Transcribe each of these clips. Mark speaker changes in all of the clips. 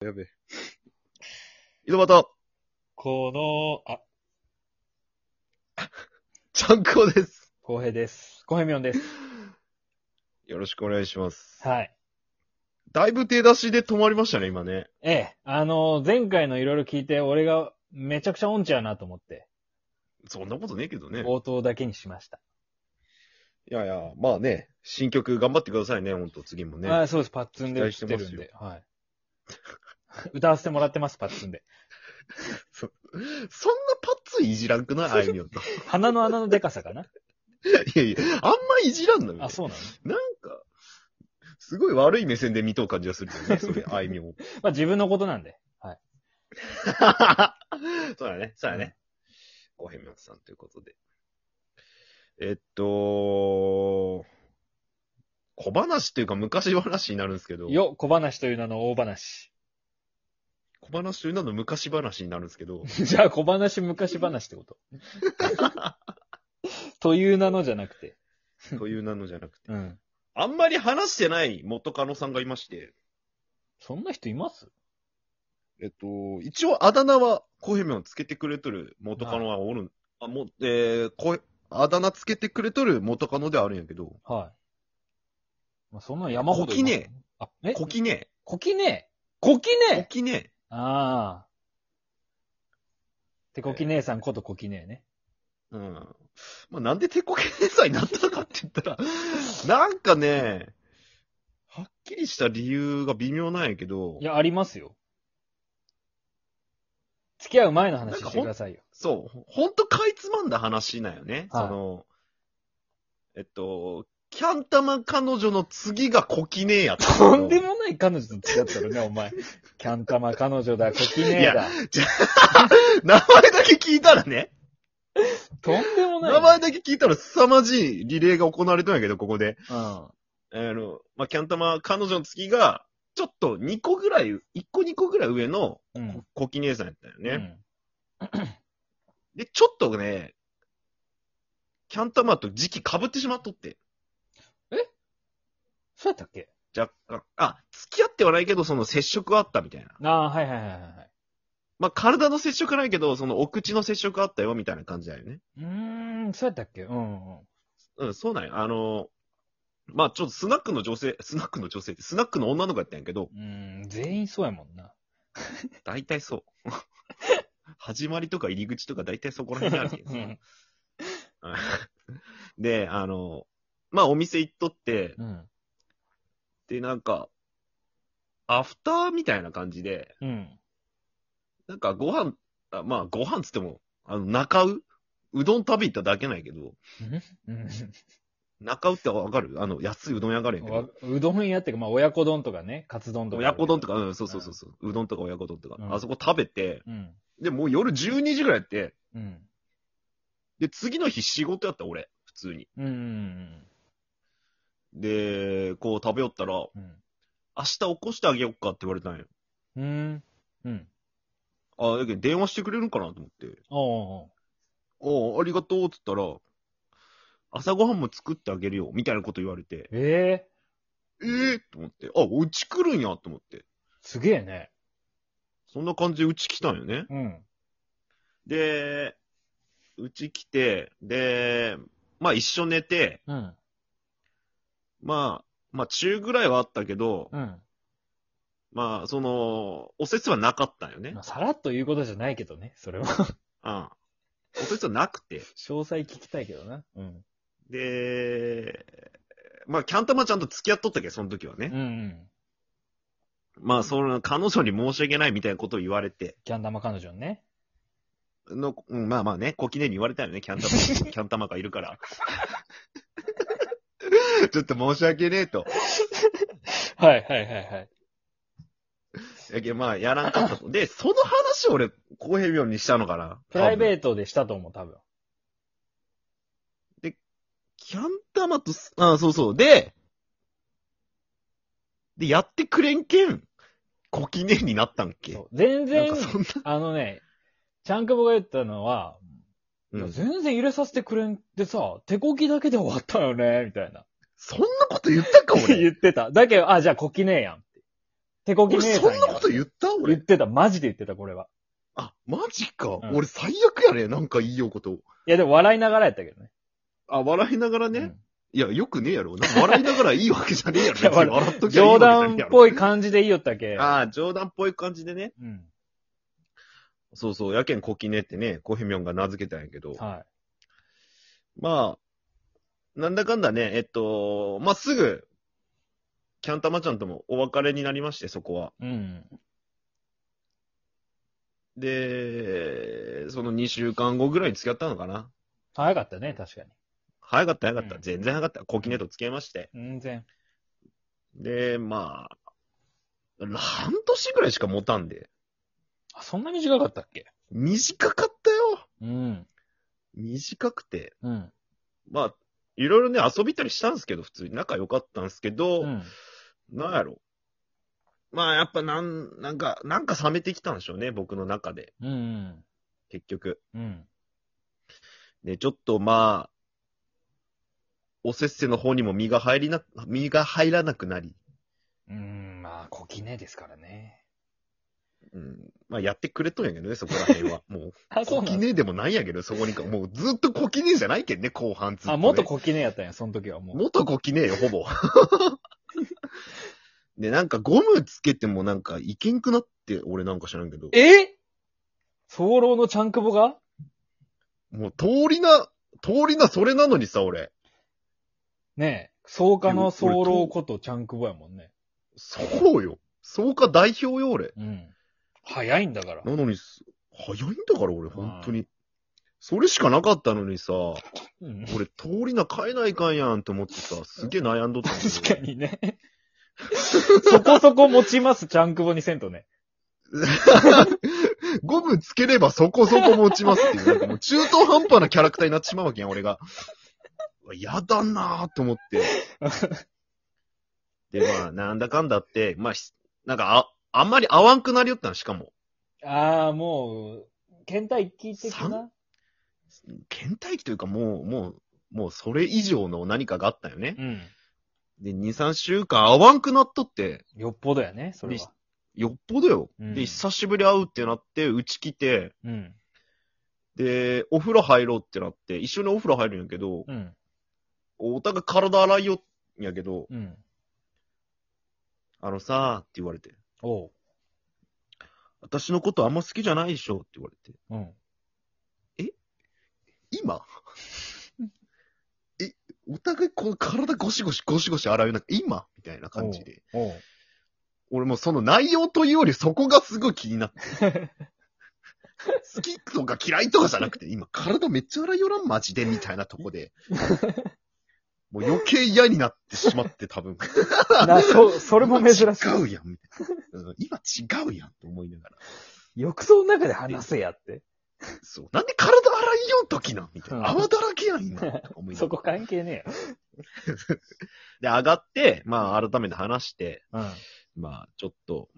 Speaker 1: やべえ。井戸端、
Speaker 2: この、あ、
Speaker 1: ちゃんこです。
Speaker 2: 浩平です。浩平みょ んです。
Speaker 1: よろしくお願いします。
Speaker 2: はい。
Speaker 1: だいぶ手出しで止まりましたね、今ね。
Speaker 2: ええ、あの、前回のいろいろ聞いて、俺がめちゃくちゃ音痴やなと思って、
Speaker 1: そんなことねえけどね。
Speaker 2: 冒頭だけにしました。
Speaker 1: いやいや、まあね、新曲頑張ってくださいね、ほんと、次もね。
Speaker 2: あそうです、パッツンで
Speaker 1: 期
Speaker 2: 歌
Speaker 1: 待して
Speaker 2: って
Speaker 1: ます
Speaker 2: る
Speaker 1: よ
Speaker 2: んで。はい。 歌わせてもらってます、パッツンで。
Speaker 1: そんなパッツンいじらんくない あいみょんと。
Speaker 2: 鼻の穴のデカさかない
Speaker 1: やいや、あんまいじらんのよ。
Speaker 2: あ、そうなの、
Speaker 1: なんか、すごい悪い目線で見とう感じがするよね、それ、あいみょんを。
Speaker 2: まあ自分のことなんで。はい。
Speaker 1: そうだね、そうだね。ごへみょんさんということで。えっと、小話っていうか昔話になるんですけど、
Speaker 2: よ、小話という名の大話。
Speaker 1: 小話という名の昔話になるんですけど、
Speaker 2: じゃあ小話昔話ってことという名のじゃなくて。
Speaker 1: という名のじゃなくて、
Speaker 2: うん。
Speaker 1: あんまり話してない元カノさんがいまして、
Speaker 2: そんな人います
Speaker 1: えっと、一応あだ名は小平みょんつけてくれとる元カノはおるん、あ、もう、えー、こあだ名つけてくれとる元カノではあるんやけど、
Speaker 2: はい。まあ、そんな山ほどいます
Speaker 1: こき
Speaker 2: よ
Speaker 1: ね。
Speaker 2: あ、え
Speaker 1: こきね、
Speaker 2: こきねこき
Speaker 1: こ
Speaker 2: ね
Speaker 1: きね、
Speaker 2: ああ。てこき姉さんことこきねね。
Speaker 1: うん。まあ、なんで手こけ姉さんになったかって言ったら、 なんかね、はっきりした理由が微妙なんやけど
Speaker 2: い、や、ありますよ。付き合う前の話してくださいよ。
Speaker 1: そう、ほほんとかいつまんだ話なんよね。
Speaker 2: は
Speaker 1: そ
Speaker 2: い
Speaker 1: の、えっと、キャン玉彼女の次がこきねえやったけど。
Speaker 2: とんでもない彼女と付き合ったらね、お前。キャン玉彼女だ、こきねだ。
Speaker 1: 名前だけ聞いたらね、
Speaker 2: とんでもない。
Speaker 1: 名前だけ聞いたら凄まじいリレーが行われたんやけど、ここで。
Speaker 2: うん。
Speaker 1: あの、まあ、キャン玉彼女の次が、ちょっと2個ぐらい、1個2個ぐらい上の
Speaker 2: うん。
Speaker 1: こき姉さんやったよね。
Speaker 2: うん
Speaker 1: で、ちょっとね、キャンタマーと時期被ってしまっとって。
Speaker 2: そうやったっけ
Speaker 1: 若干。あ、付き合ってはないけど、その接触はあったみたいな。
Speaker 2: ああ、はいはいはいはいはい。
Speaker 1: まあ、体の接触はないけど、そのお口の接触はあったよ、みたいな感じだよね。
Speaker 2: うーん、そうやったっけうんうん。
Speaker 1: うん、そうなんや。あの、まあ、ちょっとスナックの女性、スナックの女性って、スナックの女の子やったんやけど、
Speaker 2: うん、全員そうやもんな。
Speaker 1: 大体そう。 始まりとか入り口とか大体そこら辺にあるけどさ
Speaker 2: うん
Speaker 1: うんで、あの、まあ、お店行っとって、
Speaker 2: うん。
Speaker 1: で、なんか、アフターみたいな感じで、
Speaker 2: うん。
Speaker 1: なんかご飯、あまあご飯つっても、あの、中ううどん食べ行っただけないけど、
Speaker 2: うん
Speaker 1: 中うってわかるあの、安いうどん屋があるんやけ
Speaker 2: わ
Speaker 1: ど。
Speaker 2: うどん屋っていうか、まあ、親子丼とかね、カツ丼とか。
Speaker 1: 親子丼とか、うん、そうそうそうそう、うどんとか親子丼とか、
Speaker 2: うん
Speaker 1: あそこ食べて、
Speaker 2: うん。
Speaker 1: で、もう夜12時ぐらいやって、
Speaker 2: うん。
Speaker 1: で、次の日仕事やった、俺、普通に。
Speaker 2: うん。うん。
Speaker 1: で、こう食べよったら、明
Speaker 2: うん。
Speaker 1: 日起こしてあげよっかって言われたんや。
Speaker 2: うん。うん。
Speaker 1: あ、だけど電話してくれるんかなと思って、
Speaker 2: おうおう
Speaker 1: おありがとうって言ったら、朝ごはんも作ってあげるよ、みたいなこと言われて、
Speaker 2: ええ
Speaker 1: ええー、と思って、あ、うち来るんやと思って。
Speaker 2: すげえね。
Speaker 1: そんな感じでうち来たんよね。
Speaker 2: うん。
Speaker 1: で、うち来て、で、まあ一緒寝て、
Speaker 2: うん。
Speaker 1: まあ、まあ中ぐらいはあったけど、
Speaker 2: うん。
Speaker 1: まあその、お説はなかったんよね
Speaker 2: まあ、。さらっと言うことじゃないけどね、そ れは。
Speaker 1: うん。お説はなくて。
Speaker 2: 詳細聞きたいけどな。うん。
Speaker 1: で、まあキャンタマちゃんと付き合っとったけど、その時は
Speaker 2: うん
Speaker 1: ね。
Speaker 2: うん。
Speaker 1: まあその、彼女に申し訳ないみたいなことを言われて、
Speaker 2: キャン玉彼女にね。
Speaker 1: の、うんまあまあね、小記念に言われたよね、キャンタマ、 キャンタマがいるから。 ちょっと申し訳ねえと。
Speaker 2: はいはいはいはい。
Speaker 1: やけどまあ、やらんかった と。で、その話を俺、公平病にしたのかな。
Speaker 2: プライベ
Speaker 1: ート。
Speaker 2: ートでしたと思う、多分。
Speaker 1: キャンタマとす、あそうそう。で、で、やってくれんけん、小記念になったんけ。
Speaker 2: そう全
Speaker 1: なん
Speaker 2: 然
Speaker 1: か、そんな、
Speaker 2: あのね、ちゃんくぼが言ったのは、
Speaker 1: う
Speaker 2: いや
Speaker 1: ん、
Speaker 2: 全然入れさせてくれんってさ、手こきだけで終わったよね、みたいな。
Speaker 1: そんなこと言ったか、俺。
Speaker 2: 言ってた。だけど、あ、じゃあこきねえやん。手こき
Speaker 1: 俺
Speaker 2: 姉
Speaker 1: そ
Speaker 2: さん
Speaker 1: ん
Speaker 2: や
Speaker 1: なこと言った
Speaker 2: 言っ
Speaker 1: 俺。
Speaker 2: てた。マジで言ってた、これは。
Speaker 1: あ、マジか。
Speaker 2: うん
Speaker 1: 俺最悪やね。なんかいいよこと。
Speaker 2: いや、でも笑いながらやったけどね。
Speaker 1: あ、笑いながらね。
Speaker 2: うん
Speaker 1: いや、よくねえやろ。なんか笑いながらいいわけじゃねえやろ。
Speaker 2: いや
Speaker 1: 別に笑っときゃいいわ
Speaker 2: 冗
Speaker 1: けじゃね
Speaker 2: 談
Speaker 1: えや
Speaker 2: っ
Speaker 1: ろ。
Speaker 2: ぽい感じでいいよったけ。
Speaker 1: ああ、冗談っぽい感じでね。
Speaker 2: うん。
Speaker 1: そうそう、やけんコキネってね、コヘミョンが名付けたんやけど。
Speaker 2: は
Speaker 1: まあ、なんだかんだね、えっと、まあ、すぐ、キャンタマちゃんともお別れになりまして、そこは。
Speaker 2: い。うん。
Speaker 1: で、その2週間後ぐらいに付き合ったのかな。
Speaker 2: 早かったね、確かに。
Speaker 1: 早かった、早かった。
Speaker 2: うん
Speaker 1: 全然早かった。コキネと付き合いまして。
Speaker 2: 全然。
Speaker 1: で、まあ、半年ぐらいしか持たんで。
Speaker 2: あ、そんな短かったっけ
Speaker 1: 短かったよ。
Speaker 2: うん。
Speaker 1: 短くて。
Speaker 2: うん。
Speaker 1: まあ、いろいろね、遊びたりしたんですけど、普通に仲良かったんですけど、
Speaker 2: うん。
Speaker 1: なんやろ。まあ、やっぱなん、なんか、なんか冷めてきたんでしょうね、僕の中で、
Speaker 2: うん。
Speaker 1: 結局。
Speaker 2: うん。
Speaker 1: で、ちょっとまあ、おせっせの方にも身が入りな、身が入らなくなり、
Speaker 2: うん。まあ、小きねですからね。
Speaker 1: うん、まあやってくれとんやけどね、そこら辺 は。もう、
Speaker 2: あ、
Speaker 1: こき
Speaker 2: ね
Speaker 1: ねえでもないんやけど、そこにか、もうずっとこきねえじゃないけんね、後半ずっと、ね。
Speaker 2: あ、元小きねやったんや、その時はもう。
Speaker 1: 元こきねえよ、ほ ぼ。で、なんかゴムつけてもなんかいけんくなって、俺なんか知らんけど。
Speaker 2: え早漏のちゃんくぼが
Speaker 1: もう通りな、通りなそれなのにさ、俺。
Speaker 2: ねえ。草加の早漏ことちゃんくぼやもんね。
Speaker 1: そうよ。そうか代表よ、俺。
Speaker 2: うん。早いんだから。
Speaker 1: なのにす、早いんだから、俺、本当に。それしかなかったのにさ、
Speaker 2: うん。
Speaker 1: 俺通りな変えないかんやんと思ってさ、すげえ悩んどったんだけど
Speaker 2: 確かにね。そこそこ持ちます、ちゃんくぼにせんとね。
Speaker 1: ゴムつければそこそこ持ちますっていう、なんかもう中途半端なキャラクターになってしまうわけやん、俺が。うわやだなぁと思って。で、まあ、なんだかんだって、まあ、しなんかあ、あんまり合わんくなりよったの、しかも。
Speaker 2: ああ、もう、倦怠期的な。
Speaker 1: 倦怠期というかもう、もう、もうそれ以上の何かがあったよね。
Speaker 2: うん。
Speaker 1: で、2、3週間合わんくなっとって、
Speaker 2: よっぽどやね、それは。
Speaker 1: よっぽどよ。
Speaker 2: うん
Speaker 1: で、久しぶり会うってなって、うち来て、
Speaker 2: うん。
Speaker 1: で、お風呂入ろうってなって、一緒にお風呂入るんやけど、
Speaker 2: うん。
Speaker 1: お互い体洗いよんやけど、
Speaker 2: うん。
Speaker 1: あのさーって言われて、
Speaker 2: おう。
Speaker 1: 私のことあんま好きじゃないでしょって言われて、
Speaker 2: うん。
Speaker 1: 今え、お互いこう体ゴシゴシゴシゴシ洗うような、今みたいな感じで。
Speaker 2: おう。
Speaker 1: 俺もうその内容というよりそこがすごい気になって。好きとか嫌いとかじゃなくて、今体めっちゃ洗いよらんマジでみたいなとこで。もう余計嫌になってしまって多分。
Speaker 2: な、そ、それも珍しい。
Speaker 1: 今違うやん、みたいな。うん今違うやんと思いながら。
Speaker 2: 浴槽の中で話せやって。
Speaker 1: そう。なんで体洗いようときなんみたいな。
Speaker 2: うん
Speaker 1: 泡だらけやん、今。とか思いながら
Speaker 2: そこ関係ね
Speaker 1: で、上がって、まあ、改めて話して、
Speaker 2: えよ。
Speaker 1: まあ、ちょっと、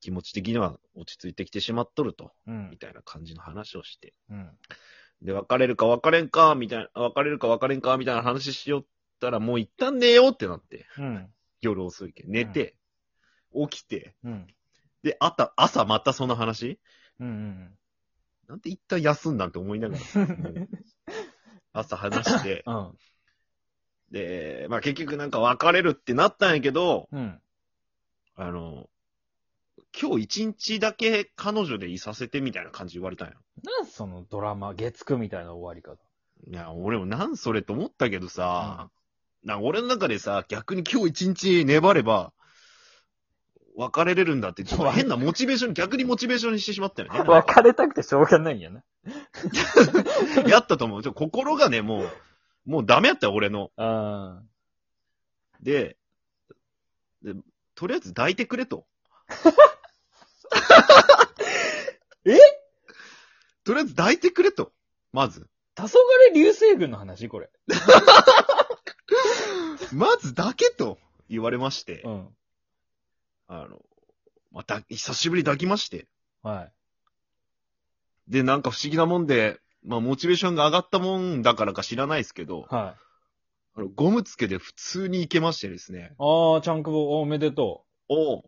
Speaker 1: 気持ち的には落ち着いてきてしまっとると、
Speaker 2: うん。うん
Speaker 1: み。たいな感じの話をして。
Speaker 2: うん。
Speaker 1: で、別れるか別れんか、みたいな、別れるか別れんか、みたいな話しよったら、もう一旦寝ようってなって、
Speaker 2: うん。
Speaker 1: 夜遅いけど寝て、起きて、
Speaker 2: うん。
Speaker 1: で、あた、朝またその話
Speaker 2: うん。
Speaker 1: なんで一旦休んだんって思いな がら、もう朝話して、
Speaker 2: うん。
Speaker 1: で、まあ結局なんか別れるってなったんやけど、
Speaker 2: うん。
Speaker 1: あの、今日一日だけ彼女でいさせてみたいな感じ言われたんや。
Speaker 2: なんそのドラマ、月9みたいな終わり方。
Speaker 1: いや、俺もなんそれと思ったけどさ、なんか俺の中でさ、逆に今日一日粘れば、別れれるんだって、ちょっと変なモチベーション、逆にモチベーションにしてしまった よね。
Speaker 2: 別れたくてしょうがないんやな。
Speaker 1: やったと思う。ちょ心がね、もう、もうダメやったよ、俺の。
Speaker 2: あ
Speaker 1: で、でとりあえず抱いてくれ と。
Speaker 2: え
Speaker 1: とりあえず抱いてくれと。まず。
Speaker 2: あ。黄昏流星群の話これ。
Speaker 1: まずだけと言われまして、
Speaker 2: うん。
Speaker 1: あの、また、久しぶりに抱きまして。
Speaker 2: はい。
Speaker 1: で、なんか不思議なもんで、まあ、モチベーションが上がったもんだからか知らないですけど、
Speaker 2: はい。
Speaker 1: あのゴムつけで普通に行けましてですね。
Speaker 2: ああ、ちゃんくぼ、おめでと
Speaker 1: おう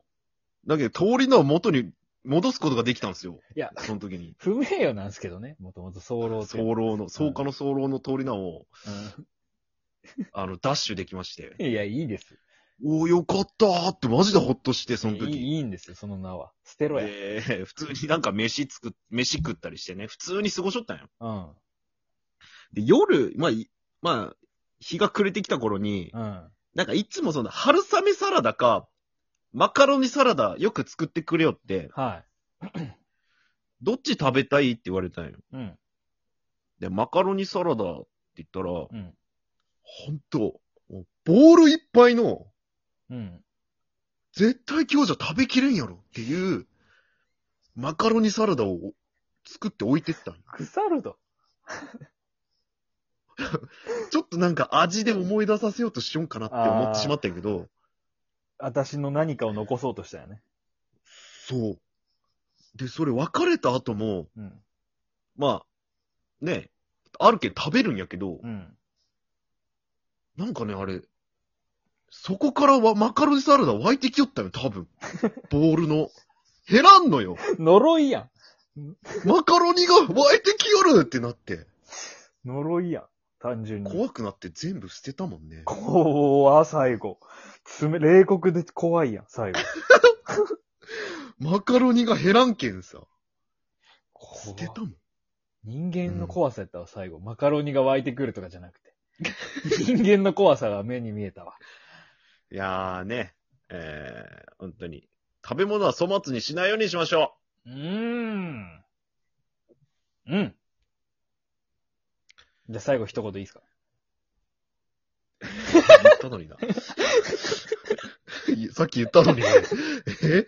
Speaker 1: だけど、通りの元に戻すことができたんですよ。
Speaker 2: いや
Speaker 1: その時に。
Speaker 2: 不名誉なんですけどね、もともと早漏って。
Speaker 1: 早漏の、草加の早漏の通り名を、あの、ダッシュできまして。
Speaker 2: うんいや、いいです。
Speaker 1: おーよかったーってマジでほっとして、その
Speaker 2: い
Speaker 1: 時。
Speaker 2: いいいんですよ、その名は。捨てろや。
Speaker 1: で、普通になんか飯作っ、飯食ったりしてね、普通に過ごしとったんよ。
Speaker 2: うん。
Speaker 1: で、夜、まあ、いまあ、日が暮れてきた頃に、
Speaker 2: うん。
Speaker 1: なんかいつもその春雨サラダか、マカロニサラダよく作ってくれよって、
Speaker 2: は
Speaker 1: どっち食べたいって言われたんよ。
Speaker 2: い。うん。
Speaker 1: で、マカロニサラダって言ったら、
Speaker 2: うん。
Speaker 1: ほんと、もうボールいっぱいの、
Speaker 2: うん。
Speaker 1: 絶対今日じゃ食べきれんやろっていう、マカロニサラダを作って置いてったんよ
Speaker 2: 腐ると。
Speaker 1: ちょっとなんか味で思い出させようとしようかなって思ってしまったんやけど、
Speaker 2: 私の何かを残そうとしたよね。
Speaker 1: そう。で、それ別れた後も、
Speaker 2: うん。
Speaker 1: まあ、ね、あるけん食べるんやけど、
Speaker 2: うん。
Speaker 1: なんかね、あれ、そこからはマカロニサラダ湧いてきよったよ、多 分。ボールの。減らんのよ。
Speaker 2: 呪いや
Speaker 1: マカロニが湧いてきよるってなって。
Speaker 2: ん。呪いやん。単純に。
Speaker 1: 怖くなって全部捨てたもんね。
Speaker 2: 怖最後。つめ、冷酷で怖いやん、最 後。
Speaker 1: マカロニが減らんけんさ。捨
Speaker 2: 怖
Speaker 1: てたもん。
Speaker 2: 人間の怖さやったわ、最後。マカロニが湧いてくるとかじゃなくて。人間の怖さが目に見えたわ。
Speaker 1: いやーね、えー、本当に。食べ物は粗末にしないようにしましょ
Speaker 2: うーん。うん。じゃあ最後一言いいですか
Speaker 1: う。言 ったのにな。いやさっき言ったのに。え